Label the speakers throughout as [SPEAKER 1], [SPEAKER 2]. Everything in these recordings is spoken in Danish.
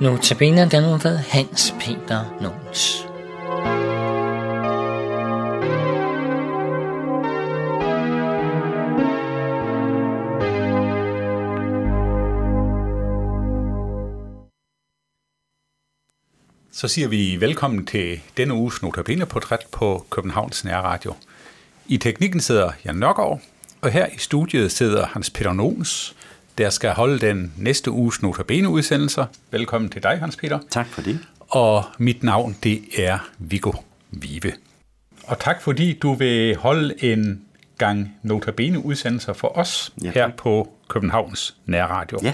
[SPEAKER 1] Notabene den ved Hans Peter Nons.
[SPEAKER 2] Så siger vi velkommen til denne uges Notabene-portræt på Københavns Nærradio. I teknikken sidder Jan Nørgaard, og her i studiet sidder Hans Peter Nons, der skal holde den næste uges Notabene-udsendelser. Velkommen til dig, Hans Peter.
[SPEAKER 3] Tak for det.
[SPEAKER 2] Og mit navn, det er Viggo Vive. Og tak fordi du vil holde en gang Notabene-udsendelser for os
[SPEAKER 3] Ja,
[SPEAKER 2] ja, her
[SPEAKER 3] tak.
[SPEAKER 2] på Københavns Nærradio.
[SPEAKER 3] Ja,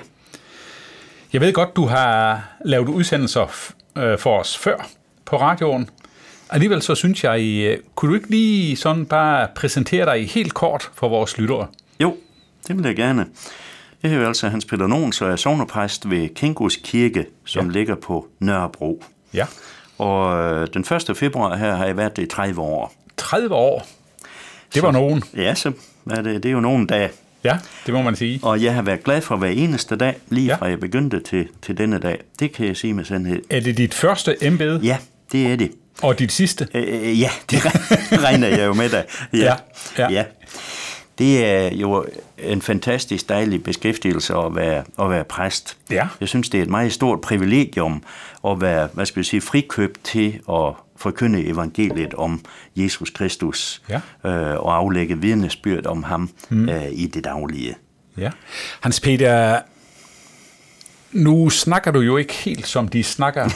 [SPEAKER 2] Jeg ved godt, du har lavet udsendelser f- øh, for os før på radioen. Alligevel så synes jeg, øh, kunne du ikke lige sådan bare præsentere dig helt kort for vores lyttere?
[SPEAKER 3] jo, det vil jeg gerne. Jeg hedder altså Hans Peter Nogen, så jeg er sovnepræst ved Kingos Kirke, som
[SPEAKER 2] Ja.
[SPEAKER 3] ja. ligger på Nørrebro.
[SPEAKER 2] Ja.
[SPEAKER 3] Og øh, den 1. februar her har jeg været det i 30 år.
[SPEAKER 2] 30 år. Det var nogen.
[SPEAKER 3] Ja, så er det, det er jo nogle dage.
[SPEAKER 2] Ja, det må man sige.
[SPEAKER 3] Og jeg har været glad for hver eneste dag, lige
[SPEAKER 2] Ja.
[SPEAKER 3] ja. fra jeg begyndte til, til denne dag. Det kan jeg sige med sandhed.
[SPEAKER 2] Er det dit første embede
[SPEAKER 3] Ja, det er det.
[SPEAKER 2] og dit sidste?
[SPEAKER 3] Øh, ja, det regner jeg jo med dig.
[SPEAKER 2] Ja, ja.
[SPEAKER 3] ja. Det er jo en fantastisk dejlig beskæftigelse at være, at være præst.
[SPEAKER 2] Ja.
[SPEAKER 3] Jeg synes, det er et meget stort privilegium at være, hvad skal jeg sige, frikøbt til at forkynde evangeliet om Jesus Kristus
[SPEAKER 2] Ja.
[SPEAKER 3] øh, og aflægge vidnesbyrd om ham mm. øh, i det daglige.
[SPEAKER 2] Ja. Hans Peter, nu snakker du jo ikke helt som de snakker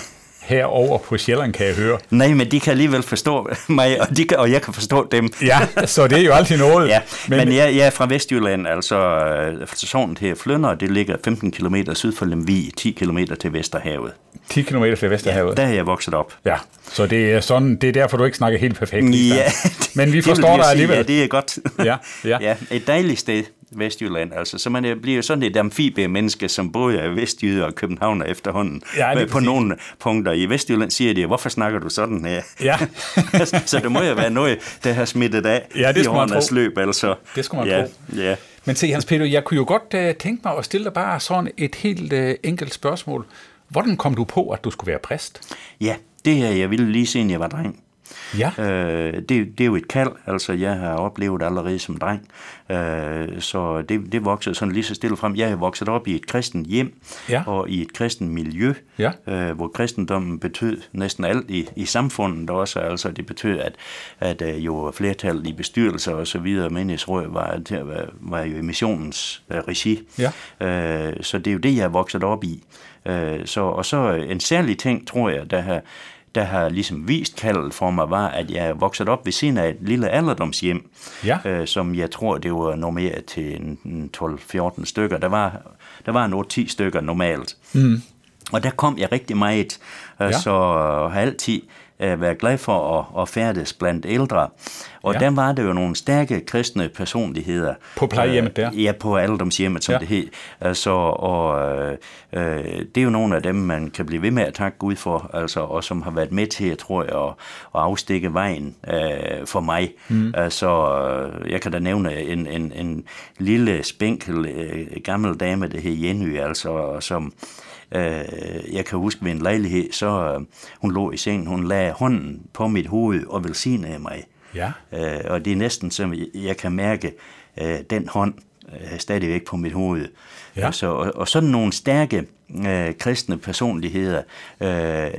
[SPEAKER 2] herover på Sjælland, kan jeg høre.
[SPEAKER 3] Nej, men de kan alligevel forstå mig, og, de kan, og jeg kan forstå dem.
[SPEAKER 2] Ja, så det er jo altid noget. øh,
[SPEAKER 3] Ja, men, men jeg, jeg er fra Vestjylland, altså øh, stationen her Flønder, det ligger 15 km syd for Lemvi, 10 km til Vesterhavet.
[SPEAKER 2] 10 km fra Vesterhavet.
[SPEAKER 3] Der er jeg vokset op.
[SPEAKER 2] Ja, så det er sådan, det er derfor, du ikke snakker helt perfekt. Lisa.
[SPEAKER 3] Ja,
[SPEAKER 2] Men vi
[SPEAKER 3] det vil
[SPEAKER 2] forstår
[SPEAKER 3] jeg
[SPEAKER 2] dig
[SPEAKER 3] sige,
[SPEAKER 2] alligevel.
[SPEAKER 3] Ja, det er godt.
[SPEAKER 2] Ja, ja.
[SPEAKER 3] ja et dejligt sted, Vestjylland. Altså. Så man øh, bliver jo sådan et amfibie-menneske, som både er vestjyder og københavner efterhånden.
[SPEAKER 2] Ja, lige
[SPEAKER 3] Men på
[SPEAKER 2] præcis.
[SPEAKER 3] nogle punkter. I Vestjylland siger de, hvorfor snakker du sådan her?
[SPEAKER 2] Ja.
[SPEAKER 3] så det må jo være noget, der har smittet af
[SPEAKER 2] Ja, det
[SPEAKER 3] i
[SPEAKER 2] skulle man
[SPEAKER 3] årenes
[SPEAKER 2] tro.
[SPEAKER 3] løb. Altså.
[SPEAKER 2] Det skulle man
[SPEAKER 3] ja,
[SPEAKER 2] tro.
[SPEAKER 3] Ja.
[SPEAKER 2] Men se, Hans Peter, jeg kunne jo godt uh, tænke mig at stille dig bare sådan et helt uh, enkelt spørgsmål. Hvordan kom du på, at du skulle være præst?
[SPEAKER 3] Ja, det her jeg ville lige siden jeg var dreng.
[SPEAKER 2] Ja,
[SPEAKER 3] Øh, det, det er jo et kald, altså jeg har oplevet allerede som dreng, øh, så det, det voksede sådan lige så stille frem. Jeg er vokset op i et kristen hjem
[SPEAKER 2] Ja.
[SPEAKER 3] og i et kristen miljø,
[SPEAKER 2] Ja.
[SPEAKER 3] øh, hvor kristendommen betød næsten alt i, i samfundet også. Altså det betød, at, at øh, jo flertallet i bestyrelser og så videre, menighedsråd var, til at være- var jo i missionens øh, regi.
[SPEAKER 2] Ja.
[SPEAKER 3] Øh, så det er jo det, jeg er vokset op i. Øh, så, og så øh, en særlig ting, tror jeg, der har, der har ligesom vist kaldet for mig, var, at jeg er vokset op ved siden af et lille alderdomshjem,
[SPEAKER 2] Ja.
[SPEAKER 3] øh, som jeg tror, det var normeret til en- en 12-14 stykker. Der var, der var en 10 stykker normalt. Mm. Og der kom jeg rigtig meget, øh,
[SPEAKER 2] Ja.
[SPEAKER 3] så øh, har altid øh, været glad for at, at færdes blandt ældre. Og
[SPEAKER 2] Ja.
[SPEAKER 3] ja. der var det jo nogle stærke kristne personligheder.
[SPEAKER 2] På plejehjemmet der?
[SPEAKER 3] Øh, Ja, på alderdomshjemmet, som
[SPEAKER 2] Ja.
[SPEAKER 3] ja. det hed. Altså, og, øh, øh, det er jo nogle af dem, man kan blive ved med at takke Gud for, altså, og som har været med til, tror jeg, at, at afstikke vejen øh, for mig. Mm. Altså, øh, jeg kan da nævne en, en, en lille, spinkel, øh, gammel dame, der hed Jenny, altså, og som... Øh, jeg kan huske ved en lejlighed, så øh, hun lå i sengen, hun lagde hånden på mit hoved og velsignede mig.
[SPEAKER 2] Ja.
[SPEAKER 3] Øh, og det er næsten som, jeg- jeg kan mærke øh, den hånd øh, stadigvæk på mit hoved.
[SPEAKER 2] Ja.
[SPEAKER 3] Altså, og, og sådan nogle stærke øh, kristne personligheder, øh,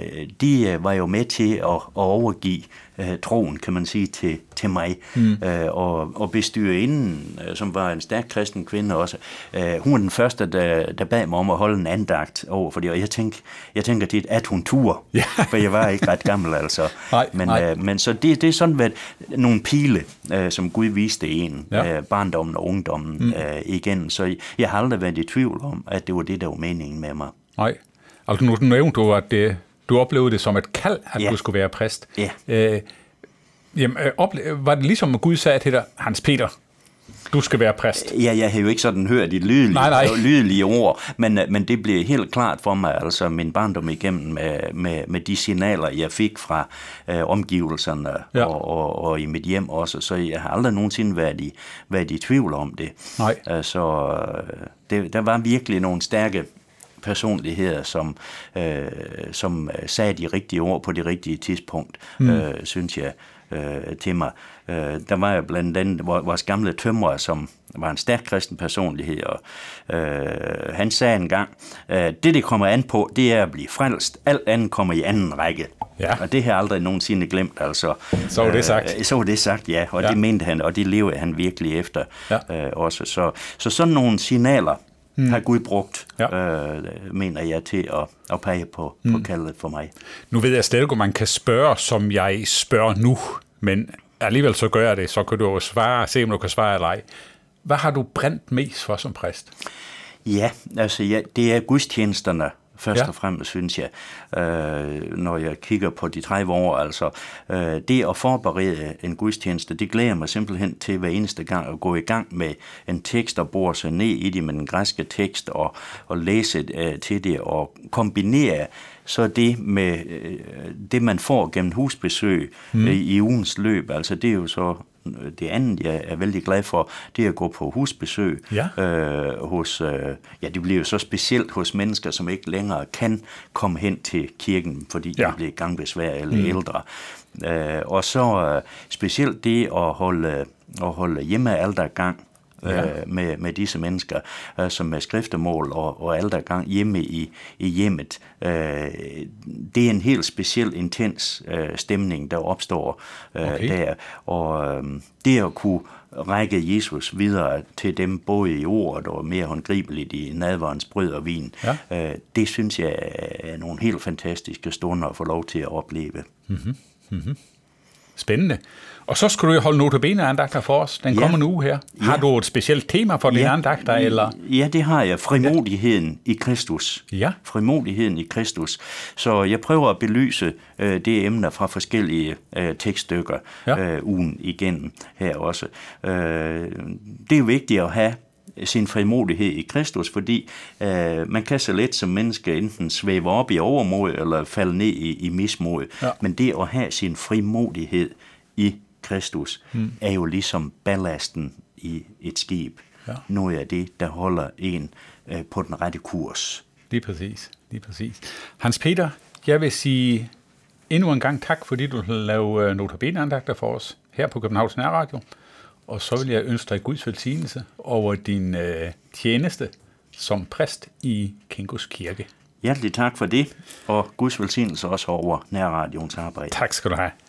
[SPEAKER 3] de øh, var jo med til at, at overgive øh, troen, kan man sige, til, til mig. Mm. Øh, og, og bestyrerinden, øh, som var en stærk kristen kvinde også, øh, hun var den første, der, der bad mig om at holde en andagt over for det. Og jeg, tænk, jeg tænker tit, at hun tur,
[SPEAKER 2] Ja.
[SPEAKER 3] for jeg var ikke ret gammel altså.
[SPEAKER 2] Nej,
[SPEAKER 3] men,
[SPEAKER 2] nej.
[SPEAKER 3] øh, men så det, det er sådan været nogle pile, øh, som Gud viste en,
[SPEAKER 2] Ja.
[SPEAKER 3] ja. øh, barndommen og ungdommen mm. øh, igen. Så jeg har aldrig været i tvivl om, at det var det, der var meningen med mig.
[SPEAKER 2] nej. Altså nu nævnte du, at det, du oplevede det som et kald, at
[SPEAKER 3] Ja.
[SPEAKER 2] du skulle være præst.
[SPEAKER 3] Ja.
[SPEAKER 2] Øh, jamen, øh, ople- var det ligesom, at Gud sagde til dig, Hans Peter, du skal være præst?
[SPEAKER 3] Ja, jeg har jo ikke sådan hørt de lydelige,
[SPEAKER 2] Nej, nej.
[SPEAKER 3] lydelige ord, men, øh, men det blev helt klart for mig, altså min barndom igennem med, med, med de signaler, jeg fik fra øh, omgivelserne
[SPEAKER 2] Ja.
[SPEAKER 3] ja. og, og, og i mit hjem også, så jeg har aldrig nogensinde været i, været i tvivl om det.
[SPEAKER 2] Nej.
[SPEAKER 3] Øh, Så øh, det, der var virkelig nogle stærke personligheder, som, øh, som sagde de rigtige ord på det rigtige tidspunkt, mm. øh, synes jeg øh, til mig. Øh, der var jo blandt andet vores gamle tømrer, som var en stærk kristen personlighed, og øh, han sagde engang, øh, det det kommer an på, det er at blive frelst. Alt andet kommer i anden række.
[SPEAKER 2] Ja.
[SPEAKER 3] Og det har jeg aldrig nogensinde glemt, altså.
[SPEAKER 2] Så var det sagt.
[SPEAKER 3] Øh, så var det sagt, ja, og
[SPEAKER 2] Ja.
[SPEAKER 3] ja. det mente han, og det levede han virkelig efter
[SPEAKER 2] Ja.
[SPEAKER 3] øh, også. Så, så sådan nogle signaler mm. har Gud brugt,
[SPEAKER 2] Ja.
[SPEAKER 3] ja. øh, mener jeg, til at, at pege på, mm. på kaldet for mig.
[SPEAKER 2] Nu ved jeg slet ikke, om man kan spørge, som jeg spørger nu, men alligevel så gør jeg det, så kan du jo svare, se om du kan svare eller ej. Hvad har du brændt mest for som præst?
[SPEAKER 3] Ja, altså ja, det er gudstjenesterne først
[SPEAKER 2] Ja.
[SPEAKER 3] ja. og fremmest, synes jeg, øh, når jeg kigger på de 30 år. Altså, øh, det at forberede en gudstjeneste, det glæder jeg mig simpelthen til hver eneste gang at gå i gang med en tekst og bore sig ned i det med den græske tekst og, og læse øh, til det og kombinere så det med øh, det, man får gennem husbesøg mm. øh, i ugens løb. Altså, det er jo så øh, det andet, jeg er vældig glad for, det er at gå på husbesøg
[SPEAKER 2] Ja.
[SPEAKER 3] øh, hos, øh, ja, det bliver jo så specielt hos mennesker, som ikke længere kan komme hen til kirken, fordi
[SPEAKER 2] Ja.
[SPEAKER 3] de bliver gangbesvær eller mm. ældre. Øh, og så øh, specielt det at holde, at holde hjemmealdergang øh,
[SPEAKER 2] Ja.
[SPEAKER 3] med, med disse mennesker, øh, som er skriftemål og, og aldergang hjemme i, i hjemmet. Øh, det er en helt speciel, intens øh, stemning, der opstår øh,
[SPEAKER 2] Okay.
[SPEAKER 3] okay. der. Og øh, det at kunne række Jesus videre til dem, både i ordet og mere håndgribeligt i nadvarens brød og vin,
[SPEAKER 2] Ja.
[SPEAKER 3] øh, det synes jeg er nogle helt fantastiske stunder at få lov til at opleve.
[SPEAKER 2] Spændende. Og så skal du jo holde notabene andagter for os. Den ja.
[SPEAKER 3] Ja.
[SPEAKER 2] kommer nu her. Har
[SPEAKER 3] Ja.
[SPEAKER 2] du et specielt tema for dine
[SPEAKER 3] Ja. Mm.
[SPEAKER 2] andagter, eller?
[SPEAKER 3] Ja, det har jeg. Frimodigheden i Kristus.
[SPEAKER 2] Ja.
[SPEAKER 3] Frimodigheden i Kristus. Så jeg prøver at belyse øh, det emner fra forskellige øh, tekststykker
[SPEAKER 2] Ja.
[SPEAKER 3] øh, ugen igennem her også. Øh, det er jo vigtigt at have sin frimodighed i Kristus, fordi øh, man kan så let som menneske enten svæve op i overmod eller falde ned i, i mismod.
[SPEAKER 2] Ja.
[SPEAKER 3] Men det at have sin frimodighed i Kristus
[SPEAKER 2] Hmm.
[SPEAKER 3] mm. er jo ligesom ballasten i et skib.
[SPEAKER 2] Ja.
[SPEAKER 3] Noget af det, der holder en øh, på den rette kurs.
[SPEAKER 2] Lige præcis. Lige præcis. Hans Peter, jeg vil sige endnu en gang tak, fordi du lavede notabene andagter for os her på Københavns Nærradio. Og så vil jeg ønske dig Guds velsignelse over din øh, tjeneste som præst i Kinkos Kirke.
[SPEAKER 3] Hjertelig tak for det, og Guds velsignelse også over nærradioens arbejde.
[SPEAKER 2] Tak skal du have.